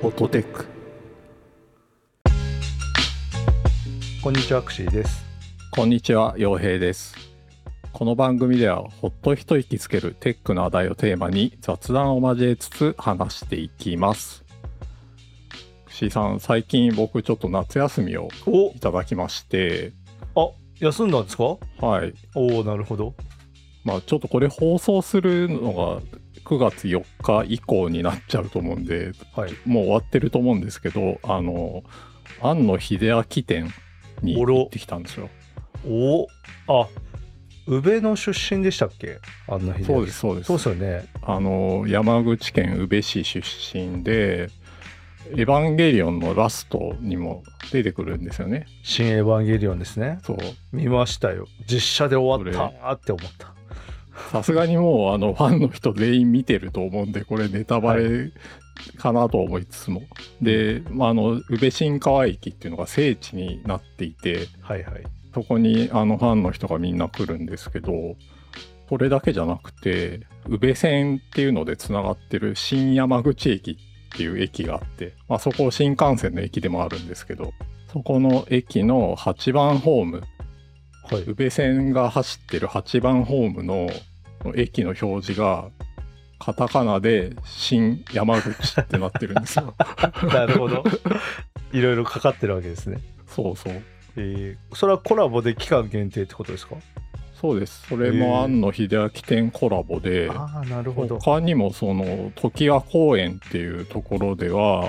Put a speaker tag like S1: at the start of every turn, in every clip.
S1: フォトテック
S2: こんにちは、アクシーです。
S1: こんにちは陽平ですこの番組ではほっと一息つけるテックの話題をテーマに雑談を交えつつ話していきます串井さん最近僕ちょっと夏休みを
S2: お
S1: いただきまして
S2: あ休んだんですかお
S1: はい
S2: おなるほど。
S1: まあちょっとこれ放送するのが9月4日以降になっちゃうと思うんで
S2: はい。
S1: もう終わってると思うんですけどあの庵野秀明店に
S2: おろ
S1: 行ってきたんですよ
S2: おあ宇部の出身でしたっけあんな日
S1: そうです。そうです
S2: そうですよね。
S1: あの山口県宇部市出身で「エヴァンゲリオン」のラストにも出てくるんですよね。
S2: 新エヴァンゲリオンですね。
S1: そう
S2: 見ましたよ。実写で終わったって思った。
S1: さすがにもうあのファンの人全員見てると思うんでこれネタバレかなと思いつつも。で、まあ、あの宇部新川駅っていうのが聖地になっていて
S2: はいはい。
S1: そこにあのファンの人がみんな来るんですけどこれだけじゃなくて宇部線っていうのでつながってる新山口駅っていう駅があって、まあ、そこ新幹線の駅でもあるんですけどそこの駅の8番ホーム
S2: はい。
S1: 宇部線が走ってる8番ホームの駅の表示がカタカナで新山口ってなってるんですよ。
S2: なるほど。いろいろかかってるわけですね。
S1: そうそう
S2: えー、それはコラボで期間限定ってことですか
S1: そうですそ
S2: へ
S1: れ
S2: ー
S1: も庵野秀明店コラボで。
S2: ああ、なるほど。
S1: 他にもその常盤公園っていうところでは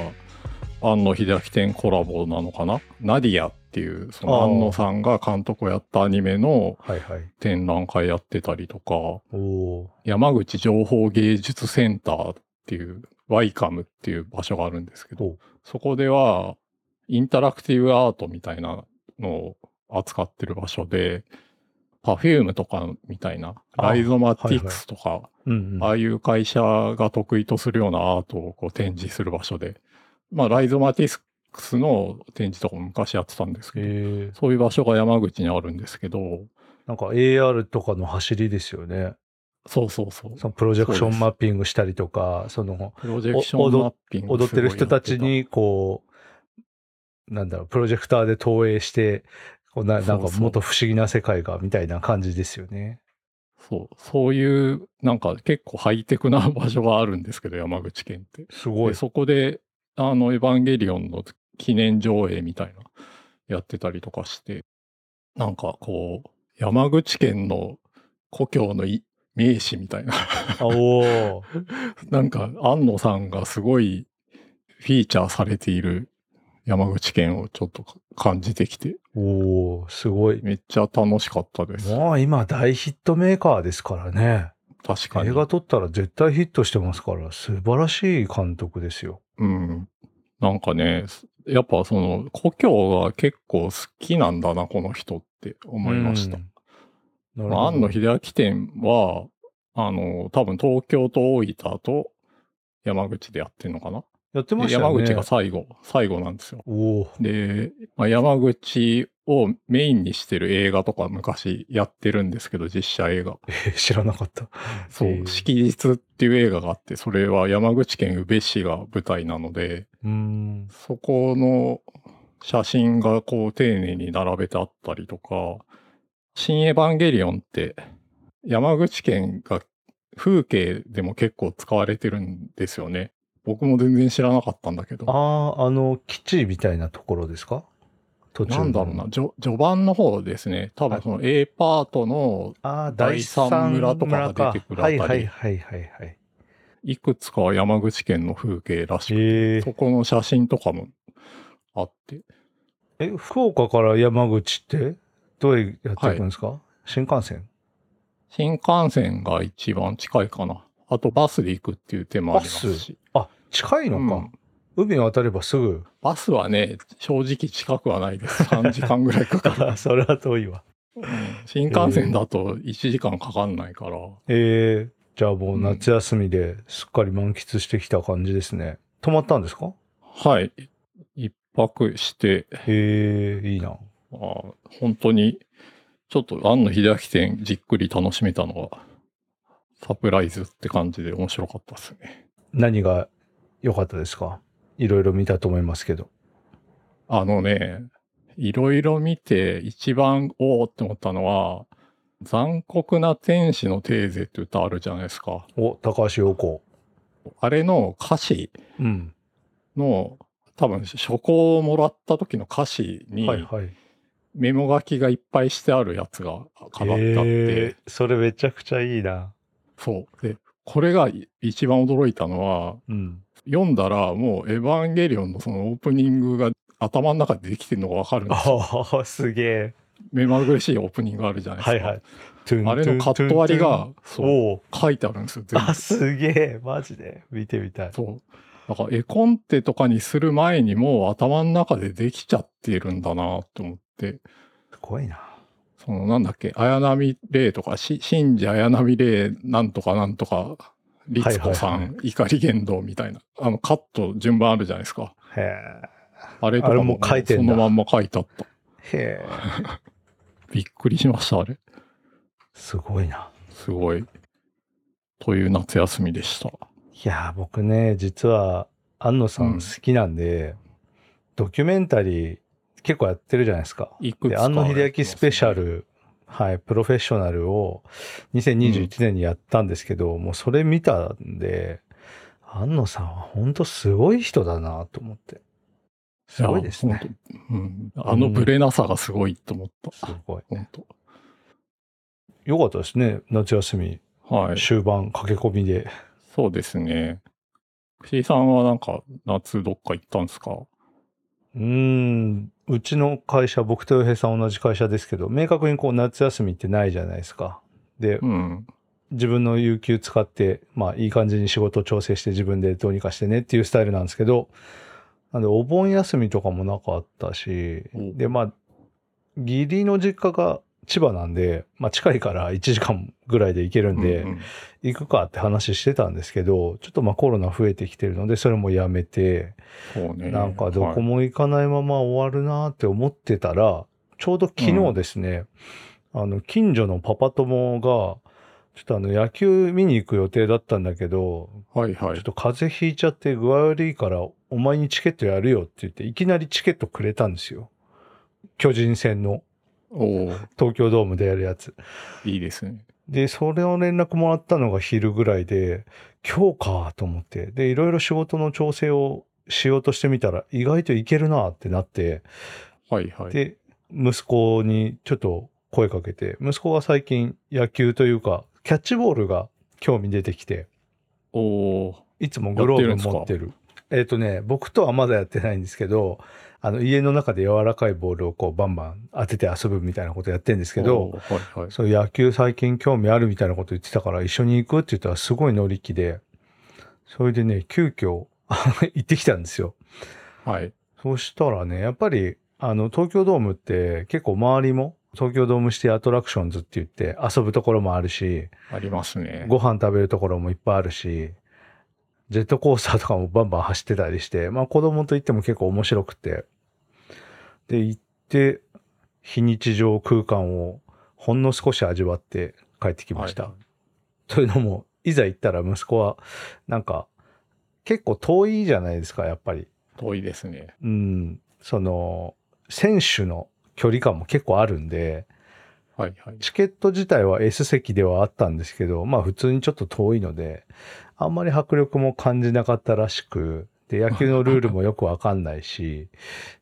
S1: 庵野秀明店コラボなのかな「ナディア」っていうその
S2: あー
S1: 庵野さんが監督をやったアニメの
S2: はいはい。
S1: 展覧会やってたりとか
S2: おお
S1: 山口情報芸術センターっていうワイカムっていう場所があるんですけ
S2: ほ
S1: ど
S2: う
S1: そこではインタラクティブアートみたいなのを扱ってる場所で Perfume とかみたいな
S2: あー
S1: ライゾマテ
S2: はい
S1: ィ
S2: は
S1: ク
S2: い
S1: スとか
S2: ー。うん、うん。
S1: ああいう会社が得意とするようなアートをこう展示する場所で、まあ、ライゾマティクスの展示とかも昔やってたんですけど、
S2: えー、
S1: そういう場所が山口にあるんですけど、
S2: なんか AR とかの走りですよね。
S1: そうそうそう。
S2: そのプロジェクショ
S1: そうで
S2: ン
S1: す
S2: マッピングしたりとか、その
S1: プロジェクションマッピング
S2: 踊ってる
S1: すごいや
S2: 人たちに、こう、なんだろう、プロジェクターで投影して、こうななん
S1: そう
S2: か
S1: そう
S2: もっと不思議な世界がみたいな感じですよね。
S1: そう、そういう、なんか結構ハイテクな場所があるんですけど、山口県って。
S2: すご
S1: でそこで、あの、エヴァンゲリオンの記念上映みたいな、やってたりとかして、なんかこう、山口県の故郷のい名士みたいな、
S2: あおー
S1: なんか、安野さんがすごいフィーチャーされている山口県をちょっとか感じてきて、
S2: おーすごい。
S1: めっちゃ楽しかったです。
S2: もう今大ヒットメーカーですからね。
S1: 確かに
S2: 映。画撮ったら絶対ヒットしてますから、素晴らしい監督ですよ。
S1: うん。なんかね、やっぱその、故郷が結構好きなんだな、この人って思いました
S2: う。ん。なるほ
S1: まあ、
S2: ど
S1: 庵野秀明店は、あの、多分東京と大分と山口でやってんのかな、
S2: やってま
S1: で
S2: したよ
S1: 山
S2: ね。
S1: 口が最後、最後なんですよ。
S2: おー
S1: で、まあ、山口をメインにしてる映画とか昔やってるんですけど、実写映画。
S2: え知らなかった。
S1: そ
S2: へ
S1: う、
S2: ー
S1: 式日っていう映画があって、それは山口県宇部市が舞台なので、
S2: うーん。
S1: そこの写真がこう丁寧に並べてあったりとか、新エヴァンゲリオンって山口県が風景でも結構使われてるんですよね。僕も全然知らなかったんだけど。
S2: ああ、あの、基地みたいなところですか途中
S1: なんだろうな、。序序盤の方ですね。多分その A パートの
S2: ああ、第
S1: 第三
S2: 三村
S1: 村と
S2: と
S1: か
S2: か
S1: が
S2: が出
S1: 出て
S2: て
S1: く
S2: く
S1: る
S2: る
S1: あた
S2: は
S1: り
S2: いはいはいはいはい。
S1: いくつかは山口県の風景らしく、
S2: え
S1: そこの写真とかもあって、
S2: え、福岡から山口って、どうやって行くんですか、新幹線
S1: 新幹線が一番近いかな。あとバスで行くっていう手もありますし。
S2: あ、近いの
S1: う
S2: か
S1: ん。
S2: 海渡ればす ぐ。
S1: バスはね、正直近くはないです。3時間ぐらい かかる。
S2: それは遠いわ。
S1: 新幹線だと1時間かかんないから、
S2: えー、じゃあもう夏休みですっかり満喫してきた感じですね。泊まったんですか
S1: はい。一泊して、
S2: えー、いいな。
S1: あー本当に、ちょっと庵野秀明店じっくり楽しめたのが、サプライズって感じで面白かったですね。
S2: 何が良かったですかいろいろ見たと思いますけど。
S1: あのね、いろいろ見て一番おおって思ったのは、残酷な天使のテーゼって歌あるじゃないですか。
S2: お、高橋陽子。
S1: あれの歌詞
S2: うん。
S1: の、多分、書庫をもらった時の歌詞に、
S2: はいはい。
S1: メモ書きがいっぱいしてあるやつが飾ってあって、
S2: えーそれめちゃくちゃいいな。
S1: そう。で、これがい一番驚いたのは、
S2: うん。
S1: 読んだらもうエヴァンゲリオンのそのオープニングが頭の中でできてるのがわかるんですよ。
S2: ああ、すげえ。
S1: 目まぐるしいオープニングがあるじゃないですか。
S2: はいはい。
S1: あれのカット割りが、
S2: ト
S1: そ
S2: ゥントゥントゥ
S1: う、
S2: ン。おお。
S1: 書いてあるんですよ、全部
S2: あ、。すげえ。マジで。見てみたい。
S1: そう。だから絵コンテとかにする前にもう頭の中でできちゃってるんだなと思って、
S2: すごいな。
S1: そのなんだっけ、綾波レイとか、し信者綾波レイなんとかなんとか、律子さん、
S2: はいはい
S1: 怒り言動みたいな、あのカット順番あるじゃないですか。
S2: へ
S1: あれとか
S2: あれ
S1: も
S2: も書いて
S1: そ
S2: んだ
S1: のまんま書いてあった。
S2: え。へえ。
S1: びっくりしました、あれ。
S2: すごいな。
S1: すごい。という夏休みでした。
S2: いやー、僕ね、実は、安野さ
S1: うん
S2: ん好きなんで、ドキュメンタリー結構やってるじゃないですか。
S1: いくつ
S2: で、
S1: か。
S2: 安野秀明スペシャ
S1: ル。
S2: ル、はい、プロフェッショナルを2021年にやったんですけど、もうそれ見たんで、安野さんは本当すごい人だなと思って。すごいですね
S1: や。。本当うん。あのブレなさがすごいと思った。
S2: すごい。
S1: 本当。
S2: よかったですね、夏休み、
S1: はい。
S2: 終盤、駆け込みで。
S1: そうですね。串井さんはなんか夏どっか行ったんですか
S2: うーん、うちの会社、僕と洋平さん同じ会社ですけど、明確にこう夏休みってないじゃないですか。で、
S1: うん。
S2: 自分の有給使って、まあいい感じに仕事調整して自分でどうにかしてねっていうスタイルなんですけど、なんでお盆休みとかもなかったし、
S1: お
S2: で、まあ、義理の実家が千葉なんで、まあ近いから1時間ぐらいで行けるんで、
S1: うんうん
S2: 行くかって話してたんですけど、ちょっとまあコロナ増えてきてるので、それもやめて、
S1: そうね。
S2: なんかどこ
S1: はい
S2: も行かないまま終わるなーって思ってたら、ちょうど昨日ですね、あの、近所のパパ友が、ちょっとあの、野球見に行く予定だったんだけど、
S1: はい
S2: ち
S1: は
S2: ょっ
S1: い。
S2: と風邪ひいちゃって具合悪いから、お前にチケットやるよって言って、いきなりチケットくれたんですよ。巨人戦の
S1: おおー
S2: 東京ドームでやるやつ。
S1: いいですね。
S2: で、それを連絡もらったのが昼ぐらいで、今日かと思って、で、いろいろ仕事の調整をしようとしてみたら、意外といけるなってなって、
S1: はいはい。
S2: で、息子にちょっと声かけて、息子が最近野球というか、キャッチボールが興味出てきて、
S1: おお
S2: いつもグローブ持ってる。えっ、とね、僕とはまだやってないんですけど、あの、家の中で柔らかいボールをこうバンバン当てて遊ぶみたいなことやってるんですけど、
S1: おーはいはい。
S2: そう野球最近興味あるみたいなこと言ってたから一緒に行くって言ったらすごい乗り気で、それでね、急遽行ってきたんですよ。
S1: はい。
S2: そしたらね、やっぱり、あの、東京ドームって結構周りも、東京ドームシティアトラクションズって言って遊ぶところもあるし、
S1: ありますね。
S2: ご飯食べるところもいっぱいあるし、ジェットコースターとかもバンバン走ってたりして、まあ子供と行っても結構面白くて。で、行って、非日常空間をほんの少し味わって帰ってきました。
S1: はい
S2: というのも、いざ行ったら息子は、なんか、結構遠いじゃないですか、やっぱり。
S1: 遠いですね。
S2: うん、その、選手の距離感も結構あるんで、
S1: はいはい。
S2: チケット自体は S 席ではあったんですけど、まあ普通にちょっと遠いので、あんまり迫力も感じなかったらしく、で、野球のルールもよくわかんないし、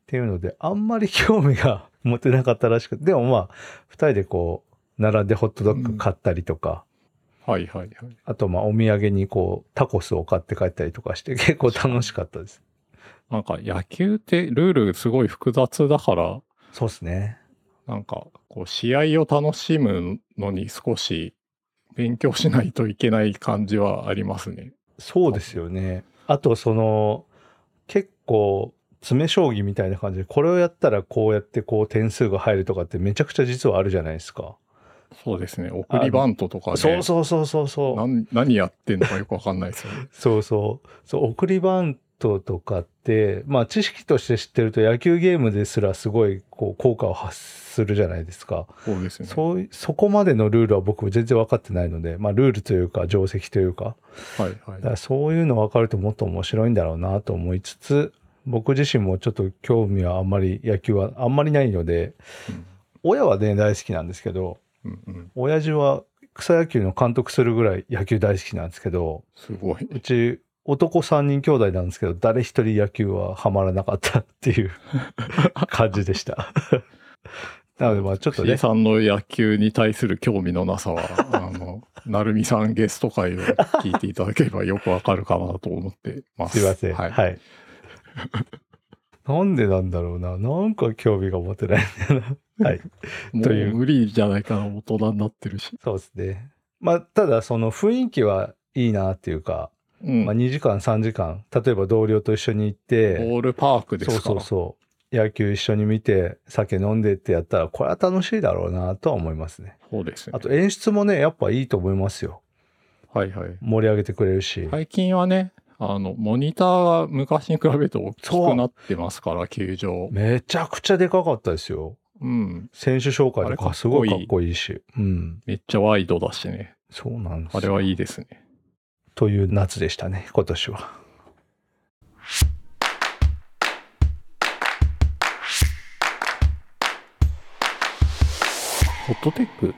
S2: っていうので、あんまり興味が 持てなかったらしく、でもまあ、二人でこう、並んでホットドッグ買ったりとか、
S1: はいはいはい。
S2: あとまあお土産にこう、タコスを買って帰ったりとかして、結構楽しかったです。
S1: なんか野球ってルールすごい複雑だから、
S2: そうですね。
S1: なんかこう試合を楽しむのに少し勉強しないといけない感じはありますね。
S2: そうですよね。あとその結構詰将棋みたいな感じでこれをやったらこうやってこう点数が入るとかってめちゃくちゃ実はあるじゃないですか。
S1: そうですね。送りバントとかね。
S2: そうそうそうそうそう。。
S1: なん何やってんのかよくわかんないですよね
S2: そうそう。そう送りバントとかって、まあ知識として知ってると野球ゲームですらすごいこう効果を発するじゃないですか。
S1: そうですね。
S2: そうい、そこまでのルールは僕全然分かってないので、まあルールというか定石というか、
S1: はいは
S2: だ
S1: い
S2: か。らそういうの分かるともっと面白いんだろうなと思いつつ、僕自身もちょっと興味はあんまり野球はあんまりないので、
S1: うん
S2: 親はね大好きなんですけど、
S1: うんうん、
S2: 親父は草野球の監督するぐらい野球大好きなんですけど、
S1: すごい。
S2: うち男3人兄弟なんですけど誰一人野球はハマらなかったって いう感じでした。 なのでまあちょっと
S1: 藤 井
S2: ね
S1: さんの野球に対する興味のなさ は、あの、なるみさんゲスト会を聞いていただければよくわかるかなと思ってます。
S2: すいません。は。
S1: はいい。
S2: なんでなんだろうな。なんか興味が持てないんだよな。はい。
S1: も
S2: と
S1: う
S2: いう
S1: 無理じゃないかな、大人になってるし。
S2: そうですね。まあただその雰囲気はいいなっていうか、
S1: うん。
S2: まあ、2時間3時間例えば同僚と一緒に行って
S1: ボールパークです
S2: そう
S1: か
S2: そうそう野球一緒に見て酒飲んでってやったらこれは楽しいだろうなとは思いますね
S1: そうですね
S2: あ。と演出もねやっぱいいと思いますよ
S1: はいはい。
S2: 盛り上げてくれるし、
S1: 最近はね、あの、モニターが昔に比べて大きくなってますから、球場。
S2: めちゃくちゃでかかったですよ
S1: うん。
S2: 選手紹介
S1: あ
S2: と
S1: れかっ
S2: か
S1: こいい
S2: すごいかっこいいしうん
S1: めっちゃワイドだしね。
S2: そうなんです
S1: あれはいいですね。
S2: という夏でしたね今年は
S1: ホットテック。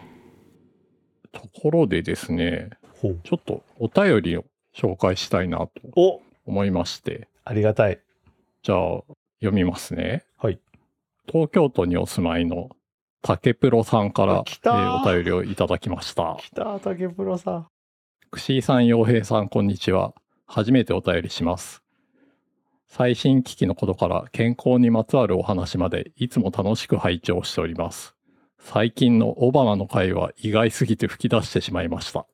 S1: ところでですね、
S2: ほう
S1: ちょっとお便りを紹介したいなと
S2: お
S1: 思いまして、
S2: ありがたい
S1: じゃあ読みますね。
S2: はい。
S1: 東京都にお住まいの竹プロさんから
S2: あ、来たー
S1: えーお便りをいただきました。
S2: 来た竹プロさん
S1: くしーさん、洋平さん、こんにちは。初めてお便りします。最新機器のことから健康にまつわるお話までいつも楽しく拝聴しております。最近のオバマの会は意外すぎて吹き出してしまいました。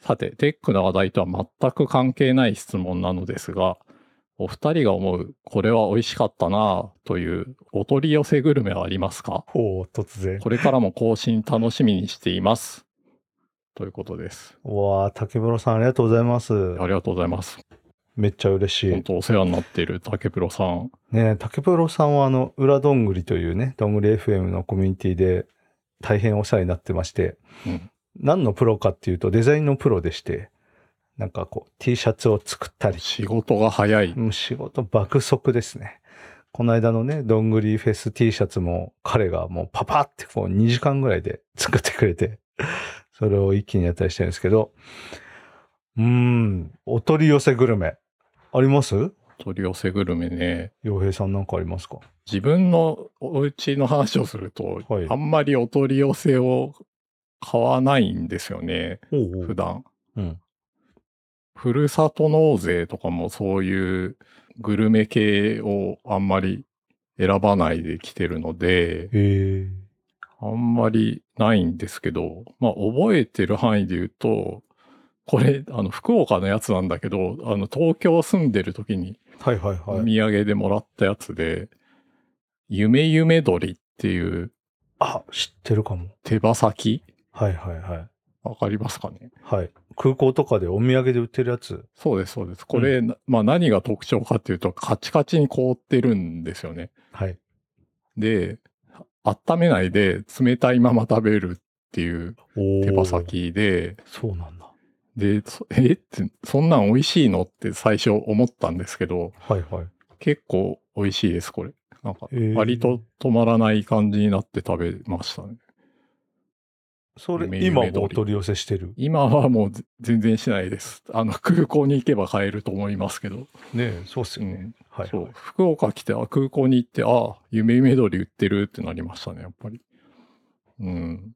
S1: さて、テックの話題とは全く関係ない質問なのですが、お二人が思うこれは美味しかったなぁというお取り寄せグルメはありますか
S2: ほう突然
S1: これからも更新楽しみにしています。ということです。
S2: うわあ竹プロさんありがとうございます
S1: ありがとうございます。
S2: めっちゃ嬉しい
S1: 本当お世話になっている竹プロさん。
S2: ねえ、竹プロさんはあの、裏どんぐりというね、どんぐり FM のコミュニティで大変お世話になってまして、
S1: うん
S2: 何のプロかっていうとデザインのプロでして、なんかこう T シャツを作ったり、
S1: 仕事が早い。
S2: もう仕事爆速ですね。この間のね、どんぐりフェス T シャツも彼がもうパパってこう2時間ぐらいで 作ってくれて、それを一気にやったりしてるんですけど、うーん、お取り寄せグルメ。あります
S1: 取り寄せグルメね。
S2: 洋平さんなんかありますか
S1: 自分のお家の話をすると、
S2: はい
S1: あんまりお取り寄せを買わないんですよね。
S2: お
S1: 普段。
S2: うん
S1: ふるさと納税とかもそういうグルメ系をあんまり選ばないで来てるので、
S2: へえ。
S1: あんまりないんですけど、まあ、覚えてる範囲で言うと、これ、あの、福岡のやつなんだけど、あの、東京住んでる時に
S2: はいはいは
S1: お
S2: い。
S1: 土産でもらったやつで、夢夢鳥っていう
S2: あ、知ってるかも。
S1: 手羽先、
S2: はいはいはい。
S1: わかりますかね
S2: はい。空港とかでお土産で売ってるやつ。
S1: そうです、そうです。これ、なまあ何が特徴かっていうと、カチカチに凍ってるんですよね。
S2: はい。
S1: で、温めないで冷たいまま食べるっていう
S2: おー
S1: 手羽。先で、
S2: そうなんだ。
S1: で、そえって、そんなん美味しいのって最初思ったんですけど、
S2: はいはい。
S1: 結構美味しいです、これ。なんか
S2: へ、ー
S1: 割と止まらない感じになって食べましたね。
S2: それ、
S1: 夢
S2: 今
S1: 夢通り
S2: もお取り寄せしてる。
S1: 今はもうぜ全然しないです。あの、空港に行けば買えると思いますけど。
S2: ねえ、そうっす
S1: う
S2: よね。
S1: ん。
S2: はい、
S1: そ
S2: は
S1: う
S2: い。。
S1: 福岡来て、あ、空港に行って、あ、夢夢鳥売ってるってなりましたね、やっぱり。うん。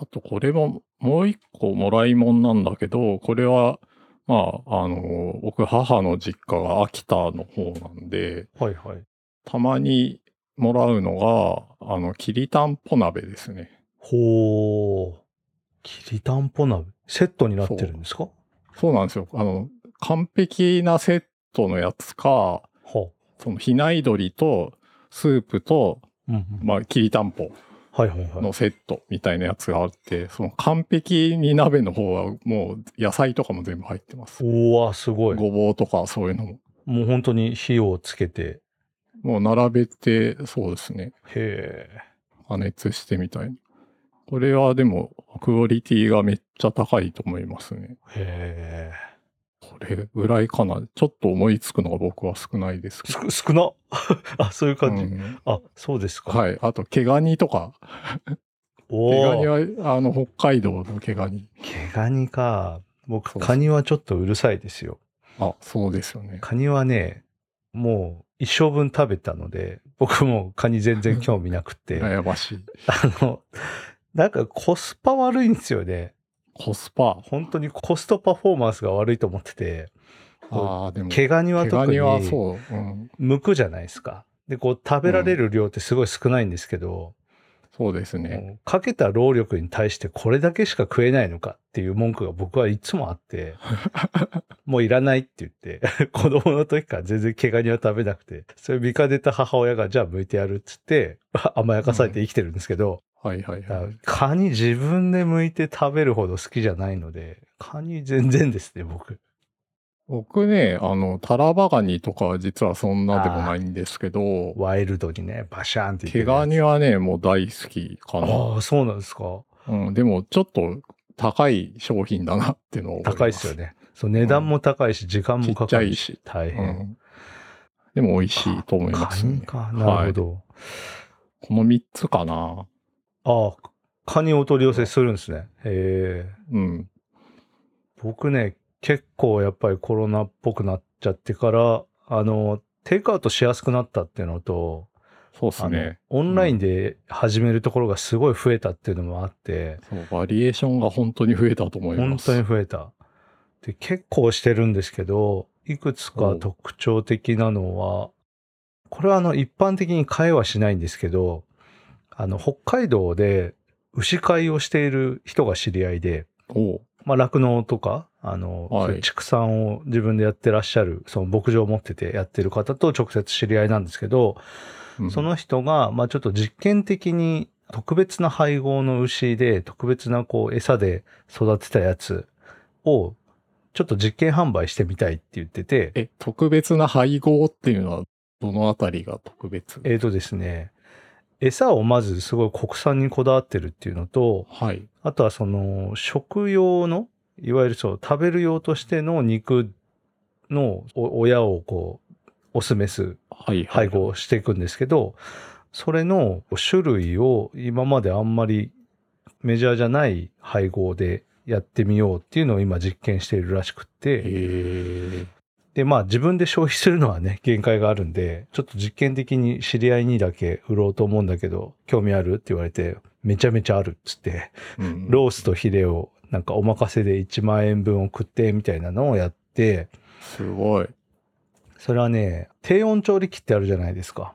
S1: あと、これも、もう一個もらいもんなんだけど、これは、まあ、あの、僕、母の実家が秋田の方なんで、
S2: はいはい。
S1: たまにもらうのが、あの、きりたんぽ鍋ですね。
S2: ほー。きりたんぽ鍋。セットになってるんですかは
S1: そうなんですよ。あの、完璧なセットのやつか、その、比内鶏と、スープと、
S2: あ。うんうん。
S1: まあ、きりたんぽ
S2: はいはいはい。
S1: のセットみたいなやつがあって、その完璧に鍋の方はもう野菜とかも全部入ってます。
S2: うわ、すごい。
S1: ごぼうとかそういうのも。
S2: もう本当に火をつけて。
S1: もう並べて、そうですね。
S2: へえ。
S1: 加熱してみたいな。これはでも、クオリティがめっちゃ高いと思いますね。
S2: へえ。
S1: これぐらいかな。ちょっと思いつくのが僕は少ないですけど。
S2: す少な あ、そういう感じ。
S1: うん
S2: あ、そうですか。い。
S1: はい。あと、毛ガニとか。
S2: お
S1: 毛ガニ
S2: ー
S1: は、あの、北海道の毛ガニ。
S2: 毛ガニか。僕、
S1: そうそう
S2: カニはちょっとうるさいですよ。
S1: あ、そうですよね。
S2: カニはね、もう一生分食べたので、僕もカニ全然興味なくて、あ
S1: 悩ましい。
S2: の、なんかコスパ悪いんですよね。
S1: コスパ。
S2: 本当にコストパフォーマンスが悪いと思ってて、
S1: ああ、でも、毛
S2: 毛ガニは特
S1: ガ
S2: に
S1: ニはそう、うん、
S2: 剥くじゃないですか。で、こう食べられる量ってすごい少ないんですけど、
S1: そうですね。
S2: もうかけた労力に対してこれだけしか食えないのかっていう文句が僕はいつもあ って、もういらないって言って、 子供の時から全然毛ガニは食べなくて、それ見かねた母親がじゃあ剥いてやるっつって、甘やかされて生きてるんですけど、
S1: はいはい
S2: だから
S1: はい。
S2: カニ自分で剥いて食べるほど好きじゃないので、カニ全然ですね、僕。
S1: 僕ね、あの、タラバガニとかは実はそんなでもないんですけど、
S2: ワイルドにね、バシャーンっていってる
S1: 毛
S2: やつ
S1: ガニはね、もう大好きかな。
S2: ああ、そうなんですか。
S1: うん、でも、ちょっと高い商品だなっていうのを思ます。
S2: 高いですよね。そう値段も高いし、時間もかかるし、大
S1: う
S2: 変。
S1: ん。でも、美味しいと思いま
S2: カ
S1: す、
S2: ニ
S1: ね。
S2: か。なるほど。
S1: この3つかな。
S2: ああ、カニお取り寄せするんですね。へえ。
S1: うん。
S2: 僕ね、結構やっぱりコロナっぽくなっちゃってから、あの、テイクアウトしやすくなったっていうのと、
S1: そうです
S2: あの
S1: ね。
S2: オンラインで始めるところがすごい増えたっていうのもあって、
S1: そう、バリエーションが本当に増えたと思い
S2: 本
S1: ます。
S2: 当に増えた。で、結構してるんですけど、いくつか特徴的なのは、これはあの一般的に会はしないんですけど、あの北海道で牛飼いをしている人が知り合いで、
S1: おう
S2: まあ、酪農とか、あの、
S1: はい
S2: そういう畜産を自分でやってらっしゃる、その牧場を持っててやってる方と直接知り合いなんですけど、
S1: うん
S2: その人が、まあ、ちょっと実験的に特別な配合の牛で、特別なこう餌で育てたやつを、ちょっと実験販売してみたいって言ってて、
S1: え、特別な配合っていうのは、どのあたりが特別
S2: えーとですね、餌をまずすごい国産にこだわってるっていうのと、
S1: はい。
S2: あとはその食用の、いわゆるそう、食べる用としての肉のお親をこう、オスメス
S1: はい、は
S2: 配
S1: い。
S2: 合していくんですけど、それの種類を今まであんまりメジャーじゃない配合でやってみようっていうのを今実験しているらしくって、
S1: へ
S2: で、まあ自分で消費するのはね、 限界があるんで、ちょっと実験的に知り合いにだけ売ろうと思うんだけど、興味あるって言われて、めちゃめちゃあるっつって、
S1: え。うん
S2: ロースとヒレをなんかお任せで1万円分送ってみたいなのをやって、
S1: すごい。
S2: それはね、低温調理器ってあるじゃないですか。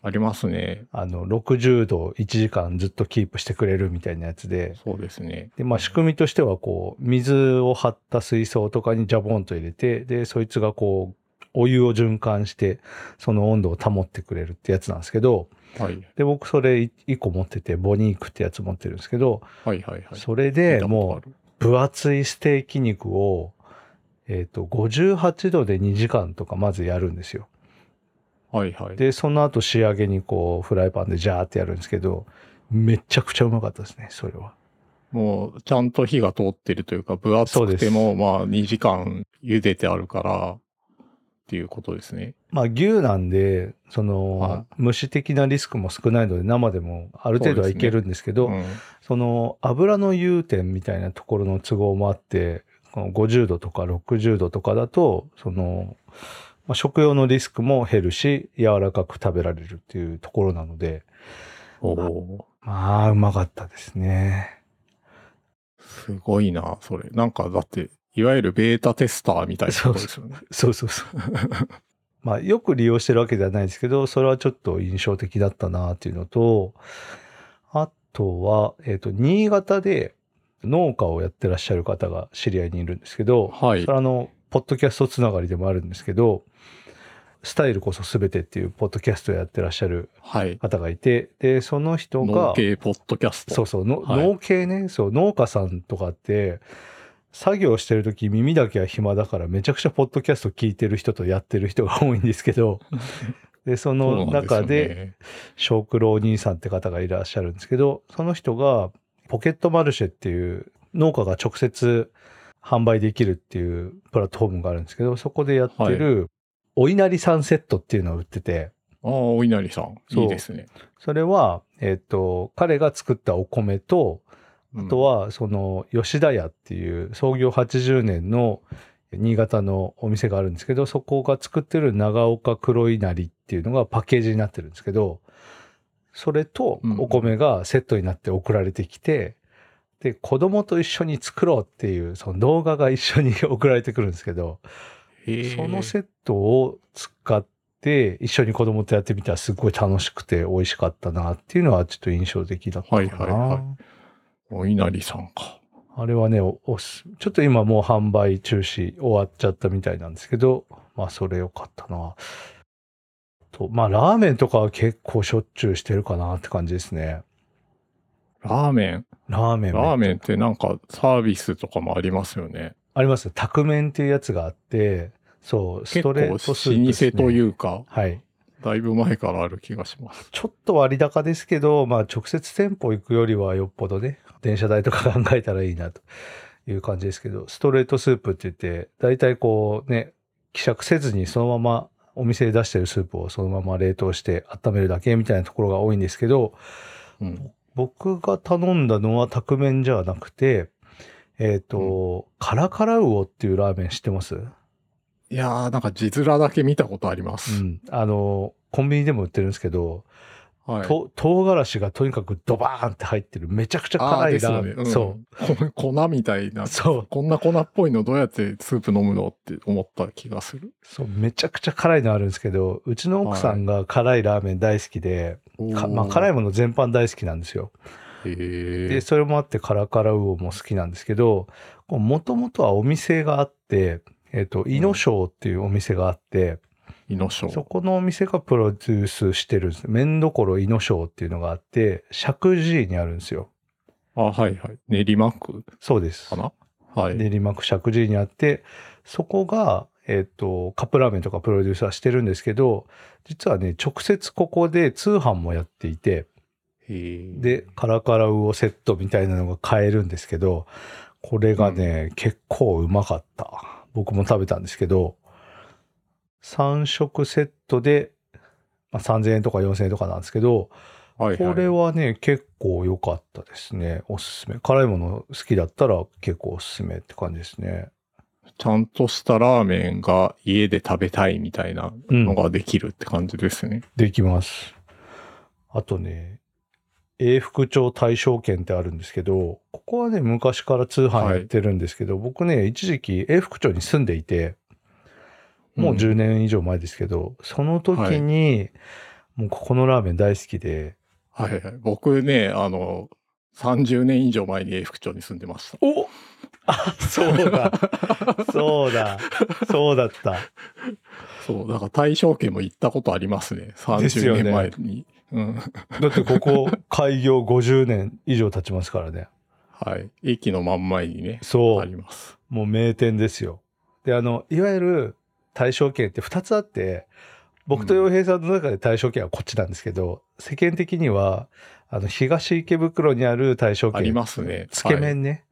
S1: ありますね。
S2: あの、60度1時間ずっとキープしてくれるみたいなやつで。
S1: そうですね。
S2: で、まあ仕組みとしてはこう、水を張った水槽とかにジャボンと入れて、で、そいつがこう、お湯を循環して、その温度を保ってくれるってやつなんですけど、
S1: はい。
S2: で、僕それ1個持ってて、ボニークってやつ持ってるんですけど、
S1: はいはいはい。
S2: それでもう
S1: う。
S2: 分厚いステーキ肉を、えっ、と、58度で2時間とかまずやるんですよ。
S1: はいはい。
S2: で、その後仕上げにこう、フライパンでジャーってやるんですけど、めちゃくちゃうまかったですね、それは。
S1: もう、ちゃんと火が通ってるというか、分厚くて
S2: そう
S1: も、まあ、2時間茹でてあるから、っていうことですね。
S2: まあ、牛なんで、その、
S1: は
S2: 虫的なリスクも少ないので、生でもある程度はいけるんですけど、そ
S1: うん
S2: の、油の融点みたいなところの都合もあって、この50度とか60度とかだと、その、まあ、食用のリスクも減るし、柔らかく食べられるっていうところなので、
S1: おお
S2: まあ、うまかったですね。
S1: すごいな、それ。なんか、だって、いわゆるベータテスターみたいなことですよね。
S2: そうそうそう。 まあ、よく利用してるわけではないですけど、それはちょっと印象的だったなっていうのと、あとは、えっ、と、新潟で農家をやってらっしゃる方が知り合いにいるんですけど、
S1: はい
S2: それ。はあの、ポッドキャストつながりでもあるんですけど、スタイルこそ全てっていうポッドキャストをやってらっしゃる
S1: はい。
S2: 方がいて、で、その人が
S1: 農、系ポッドキャスト。
S2: そうそう、の
S1: はい
S2: 農系ね、そう、農家さんとかって、作業してるとき耳だけは暇だからめちゃくちゃポッドキャスト聞いてる人とやってる人が多いんですけ ど、で、その
S1: そうなんすよ
S2: 中で、
S1: ね、
S2: 小九郎お兄さんって方がいらっしゃるんですけど、その人がポケットマルシェっていう農家が直接販売できるっていうプラットフォームがあるんですけど、そこでやってるお稲荷さんセットっていうのを売ってて、
S1: ああ、お稲荷さん。
S2: そう
S1: いいですね。
S2: それは、えっ、と、彼が作ったお米と、
S1: あ
S2: あと、はその吉田屋っていう創業80年の新潟のお店があるんですけど、そこが作ってる長岡黒稲荷っていうのがパッケージになってるんですけど、それと
S1: うん
S2: お米がセットになって送られてきて、で、子供と一緒に作ろうっていうその動画が一緒に 送られてくるんですけど、
S1: へー
S2: そのセットを使って一緒に子供とやってみたらすごい楽しくて美味しかったなっていうのはちょっと印象的だったかな。
S1: はいはいはいお稲荷さんか。
S2: あれはね、おおすちょっと今もう販売中止終わっちゃったみたいなんですけど、まあそれ良かったな。と、まあラーメンとかは結構しょっちゅうしてるかなって感じですね。
S1: ラーメン。
S2: ラーメンめっちゃ
S1: ラーメンってなんかサービスとかもありますよね。
S2: ありますよ。宅麺っていうやつがあって、そう、ス
S1: 結
S2: ト
S1: 構
S2: レ
S1: 老
S2: ート
S1: 舗
S2: スープですね、
S1: というか、
S2: はい。
S1: だいぶ前からある気がします。
S2: ちょっと割高ですけど、まあ直接店舗行くよりはよっぽどね、電車代とか考えたらいいなという感じですけど、ストレートスープって言って、大体こうね、希釈せずにそのままお店で出してるスープをそのまま冷凍して温めるだけみたいなところが多いんですけど、
S1: うん。
S2: 僕が頼んだのは宅麺じゃなくて、えっ、と、カラカラウオっていうラーメン知ってますう
S1: いやー、なんか字面だけ見たことあります。
S2: ん。あの、コンビニでも売ってるんですけど、
S1: はい。
S2: と唐辛子がとにかくドバーンって入ってるめちゃくちゃ
S1: あー
S2: 辛
S1: で
S2: い
S1: すよ
S2: ラーメ
S1: ね
S2: ン、
S1: うん
S2: そう
S1: こ 粉みたいな。
S2: そう
S1: こんな粉っぽいのどうやってスープ飲むのって思った気がする。
S2: そうめちゃくちゃ辛いのあるんですけどうちの奥さんが辛いラーメン大好きで、かまあ、辛い
S1: も。
S2: もの全般大好きなんですよ
S1: へー
S2: でそれもあってカラカラウオも好きなんですけどもともとはお店があってえっ、と
S1: ん
S2: 井野省っていうお店があって、
S1: イノショ
S2: そこのお店がプロデュースしてるんです麺どころ井野省っていうのがあって石神井にあるんですよ
S1: あ、はいはい。練馬区
S2: そうです
S1: かなはい。
S2: 練馬区石神井にあってそこが、えっとカップラーメンとかプロデューサーしてるんですけど実はね直接ここで通販もやっていて
S1: へー
S2: でカラカラウオセットみたいなのが買えるんですけどこれがね、結構うまかった僕も食べたんですけど3食セットで、まあ、3000円とか4000円とかなんですけど
S1: はいい
S2: これはね結構良かったですねおすすめ辛いもの好きだったら結構おすすめって感じですね
S1: ちゃんとしたラーメンが家で食べたいみたいな
S2: うん
S1: のができるって感じですね。
S2: できます。あとね、永福町大正券ってあるんですけど、ここはね、昔から通販やってるんですけど、僕ね、一時期永福町に住んでいて、もう
S1: うん
S2: 10年以上前ですけど、その時に、もうここのラーメン大好きで、
S1: はいはい。僕ね、あの、30年以上前に永福町に住んでました。
S2: おあ、 そうだ、 そうだ、そうだった。
S1: そう、だから大正家も行ったことありますね。
S2: ですよ
S1: 30
S2: ね
S1: 年前に。うん。
S2: だってここ、開業50年以上経ちますからね。
S1: はい。駅の真ん前にね、
S2: そう。
S1: あります。
S2: もう名店ですよ。で、あの、いわゆる大正圏って2つあって、僕と
S1: うん
S2: 洋平さんの中で大正圏はこっちなんですけど、世間的には、あの、東池袋にある大正圏。
S1: ありますね
S2: つけ麺ね。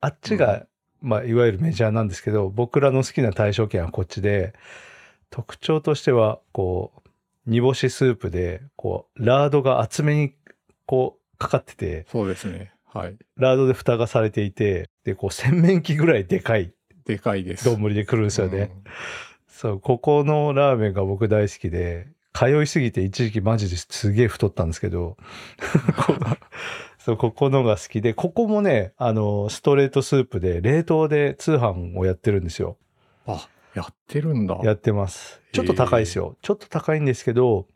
S2: あっちが、まあ、いわゆるメジャーなんですけど、僕らの好きな大正圏はこっちで、特徴としては、こう、煮干しスープで、こう、ラードが厚めに、こう、かかってて、
S1: そうですね。はい。
S2: ラードで蓋がされていて、で、こう、洗面器ぐらいでかい
S1: でかい です。
S2: 丼で来るんですよね、そうここのラーメンが僕大好きで通いすぎて一時期マジですげえ太ったんですけどこそうここのが好きでここもねあのストレートスープで冷凍で通販をやってるんですよ
S1: うん。あ、やってるんだ。
S2: やってますちょっと高いですよちょっと高いんですけど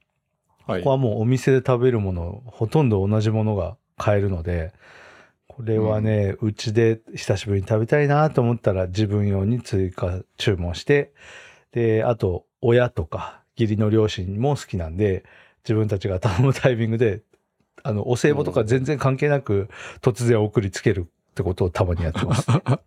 S1: は
S2: こ
S1: い
S2: こ。はもうお店で食べるものほとんど同じものが買えるのでこれはねうち、で久しぶりに食べたいなと思ったら自分用に追加注文してであと親とか義理の両親も好きなんで、自分たちが頼むタイミングで、あの、お歳暮とか全然関係なく、突然送りつけるってことをたまにやって ます、ね。こ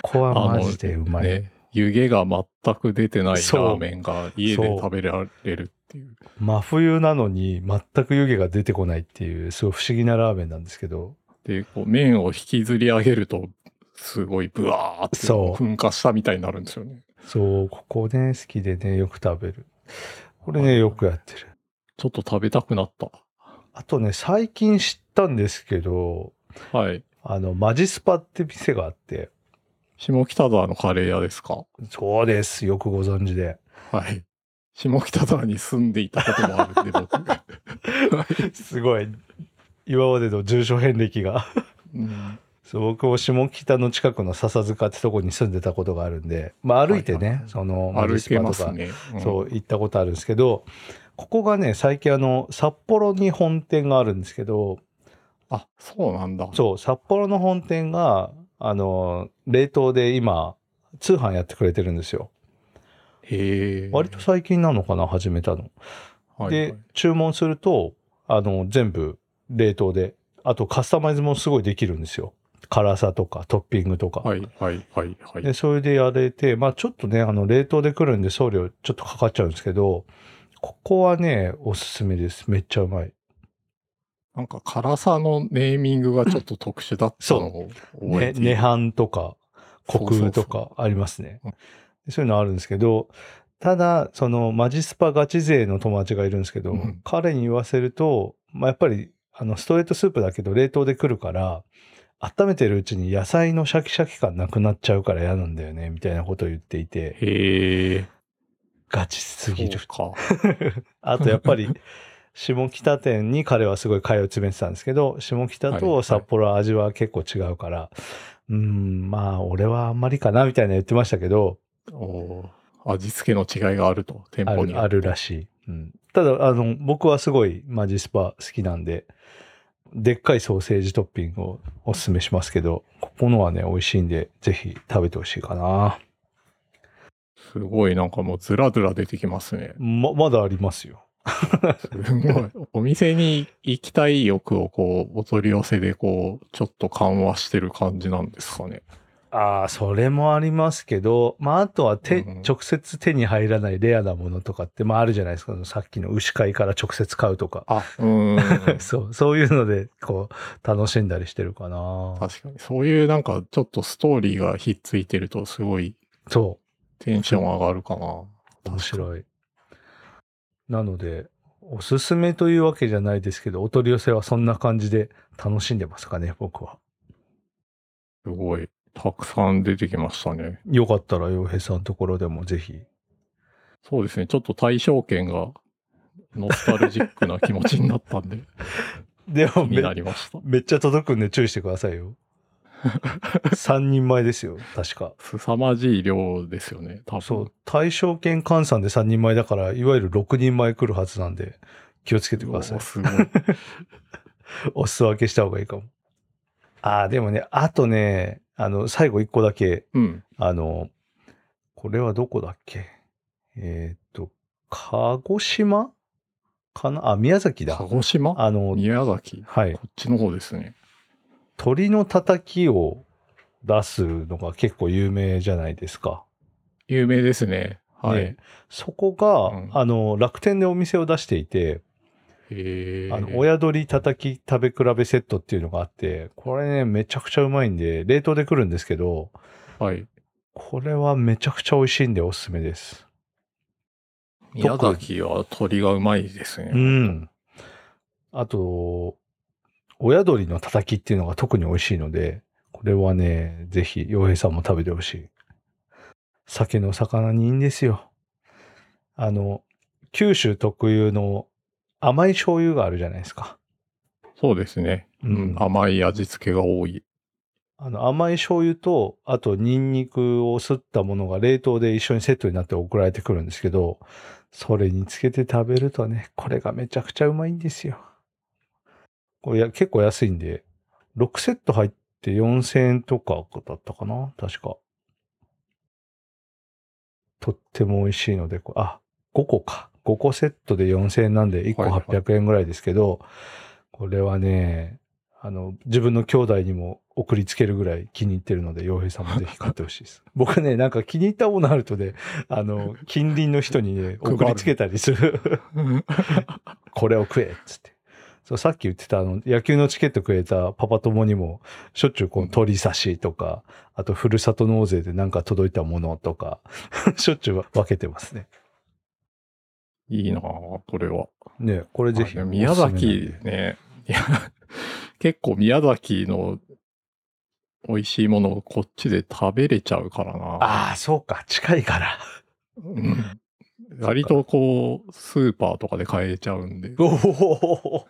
S2: こはマジでうまい。
S1: ね、湯気が全く出てないラ
S2: そう
S1: ーメンが家で食べられるっていう。
S2: 真冬なのに全く湯気が出てこないっていう、すごい不思議なラーメンなんですけど、
S1: で、こう麺を引きずり上げると、すごいブワーって
S2: そう
S1: 噴火したみたいになるんですよね。
S2: そう、ここね、好きでね、よく食べる。これね、よくやってる。
S1: ちょっと食べたくなった。
S2: あとね、最近知ったんですけど、
S1: はい。
S2: あの、マジスパって店があって、
S1: 下北沢のカレー屋ですか
S2: そうです、よくご存知 で。
S1: はい。下北沢に住んでいたこともあるんで、 僕。はい
S2: すごい、今までの住所遍歴が。
S1: うん
S2: そう僕も下北の近くの笹塚ってとこに住んでたことがあるんで、まあ歩いてね、
S1: はいはいはい
S2: その、マ
S1: 歩
S2: ジスパ
S1: け
S2: と
S1: ます
S2: か、
S1: ね。
S2: そ
S1: うん。
S2: う行ったことあるんですけど、ここがね、最近あの、札幌に本店があるんですけど、
S1: あ、そうなんだ。
S2: そう、札幌の本店が、あの、冷凍で今、通販やってくれてるんですよ。
S1: へえ。
S2: 割と最近なのかな、始めたの。
S1: はいはい
S2: で、注文すると、あの、全部冷凍で、あとカスタマイズもすごいできるんですよ。辛さとかトッピングとか。
S1: はいはいはいはい。
S2: で、それでやれて、まあちょっとね、あの、冷凍で来るんで送料ちょっとかかっちゃうんですけど、ここはね、おすすめです。めっちゃうまい。
S1: なんか辛さのネーミングがちょっと特殊だったのを覚
S2: ね、
S1: えてい
S2: 涅
S1: る
S2: 槃とか、虚空と
S1: そう
S2: かありますね
S1: うん。
S2: でそういうのあるんですけど、ただ、その、マジスパガチ勢の友達がいるんですけど、
S1: うん
S2: 彼に言わせると、まあ、やっぱり、あの、ストレートスープだけど冷凍で来るから、温めてるうちに野菜のシャキシャキ感なくなっちゃうから嫌なんだよね、みたいなことを言っていて、
S1: へえ。
S2: ガチすぎる。
S1: そうか。
S2: あとやっぱ り下北店に彼はすごい通い詰めてたんですけど下北
S1: はいは
S2: と
S1: い
S2: 札幌は味は結構違うから、うーんまあ俺はあんまりかなみたいな言ってましたけど
S1: おー味付けの違いがあると、店
S2: あ
S1: 舗に
S2: るあるらしい、うん、ただあの僕はすごいマジスパ好きなんででっかいソーセージトッピングをおすすめしますけどここのはね美味しいんでぜひ食べてほしいかな。
S1: すごいなんかもうずらずら出てきますね
S2: ままだありますよ
S1: すごい。お店に行きたい欲をこう、お取り寄せでこう、ちょっと緩和してる感じなんですかね。
S2: ああ、それもありますけど、まあ、あとは手、
S1: うんうん
S2: 直接手に入らないレアなものとかって、まあ、あるじゃないですか。さっきの牛飼いから直接買うと か。
S1: あ、う ーん。
S2: そう、そういうので、こう、楽しんだりしてるかな。
S1: 確かに。そういうなんかちょっとストーリーがひっついてるとすごい
S2: そ
S1: テンション上がるかな。
S2: う、面白い。なので、おすすめというわけじゃないですけど、お取り寄せはそんな感じで楽しんでますかね、僕は。
S1: すごい。たくさん出てきましたね。
S2: よかったら、洋平さんのところでもぜひ。
S1: そうですね。ちょっと対象圏がノスタルジックな気持ちになったん で、
S2: で
S1: 気
S2: も
S1: になりました。
S2: めっちゃ届くんで注意してください よ。3人前ですよ、確か。
S1: 凄まじい量ですよね、多分。
S2: そう、対象券換算で3人前だから、いわゆる6人前来るはずなんで、気をつけてください
S1: お。すごい。
S2: お裾分けした方がいいかも。ああ、でもね、あとね、あの、最後1個だけ、
S1: うん。
S2: あの、これはどこだっけえーっと、鹿児島かなあ、宮崎だ
S1: 鹿。児島
S2: あの、
S1: 宮崎
S2: はい
S1: こ。っちの方ですね。
S2: 鳥のたたきを出すのが結構有名じゃないですか。
S1: 有名ですね。はい。
S2: ねそこが、
S1: うん
S2: あの、楽天でお店を出していて、
S1: へえ。
S2: あの、親鳥叩き食べ比べセットっていうのがあって、これね、めちゃくちゃうまいんで、冷凍で来るんですけど、
S1: はい。
S2: これはめちゃくちゃ美味しいんでおすすめです。
S1: 宮崎は鳥がうまいです
S2: う
S1: ね。
S2: ん。あと、親鳥の叩きっていうのが特に美味しいので、これはね、ぜひ、洋平さんも食べてほしい。酒の魚にいいんですよ。あの、九州特有の甘い醤油があるじゃないですか。
S1: そうですね。うん。甘い味付けが多い。
S2: あの甘い醤油と、あとニンニクをすったものが冷凍で一緒にセットになって送られてくるんですけど、それにつけて食べるとね、これがめちゃくちゃうまいんですよ。これや結構安いんで、6セット入って4000円とかだったかな確か。とっても美味しいので、こあ、 5個か。5個セットで4000円なんで、1個
S1: はいはい
S2: 800円ぐらいですけど、これはね、あの、自分の兄弟にも送りつけるぐらい気に入ってるので、洋平さんもぜひ買ってほしいです。 僕ね、なんか気に入ったものあると ね、あの、近隣の人にね、
S1: 配る
S2: 送りつけたりする。 これを食えっつって。そう、さっき言ってたあの、野球のチケットくれたパパ友にも、しょっちゅうこう、
S1: うん
S2: 鶏刺しとか、あと、ふるさと納税でなんか届いたものとか、 しょっちゅう分けてますね。
S1: いいなぁ、これは。
S2: ね、これぜひ
S1: あで
S2: お
S1: も
S2: すすめな
S1: 宮
S2: んで。
S1: 崎ね、いや、結構宮崎の美味しいものをこっちで食べれちゃうからな。
S2: ああ、そうか、近いから。
S1: うん割とこう、スーパーとかで買えちゃうんで。
S2: おお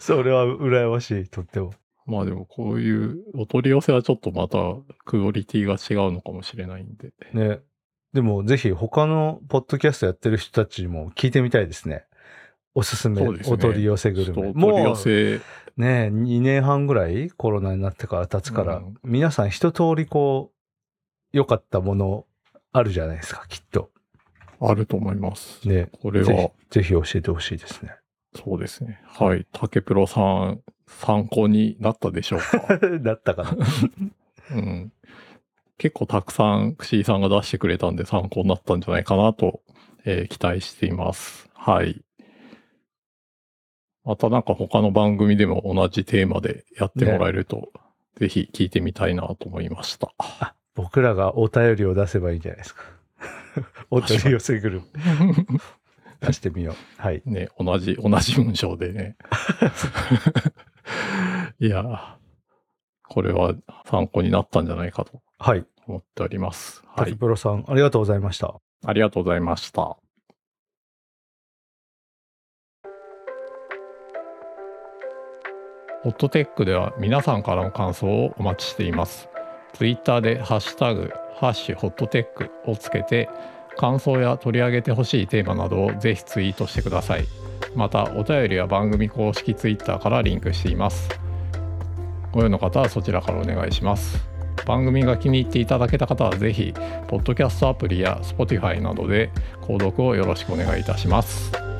S2: それは羨ましい、とっても。
S1: まあでもこういうお取り寄せはちょっとまたクオリティが違うのかもしれないんで。
S2: ね。でも、ぜひ他のポッドキャストやってる人たちにも聞いてみたいですね。おすすめ、
S1: そうですね
S2: お取り寄せ
S1: ち
S2: グ
S1: ょ
S2: ル
S1: っと
S2: メ。
S1: お取り寄せ、
S2: ねえ、2年半ぐらいコロナになってから経つから、
S1: うん
S2: 皆さん一通りこう、良かったものあるじゃないですか、きっと。
S1: あると思います。
S2: ね
S1: こ
S2: え
S1: れは
S2: ぜ、ひ、ぜひ教えてほしいですね。
S1: そうですね。はい。竹プロさん、参考になったでしょうか。
S2: だったかな。
S1: うん、結構たくさん、くしーさんが出してくれたんで参考になったんじゃないかなと、えー期待しています。はい。またなんか他の番組でも同じテーマでやってもらえると、ぜひ聞いてみたいなと思いました。
S2: あ、僕らがお便りを出せばいいんじゃないですか。 お取り寄せグルメ出してみよう。はい。
S1: ね、同じ、同じ文章でね。いや、これは参考になったんじゃないかと
S2: はい。
S1: 思っております。は
S2: 滝
S1: い。
S2: プロさん、ありがとうございました。
S1: ありがとうございました。ホットテックでは皆さんからの感想をお待ちしています。ツイッターでハッシュタグ、ハッシュホットテックをつけて、感想や取り上げてほしいテーマなどをぜひツイートしてください。また、お便りは番組公式ツイッターからリンクしています。ご用の方はそちらからお願いします。番組が気に入っていただけた方はぜひ、ポッドキャストアプリや Spotify などで購読をよろしくお願いいたします。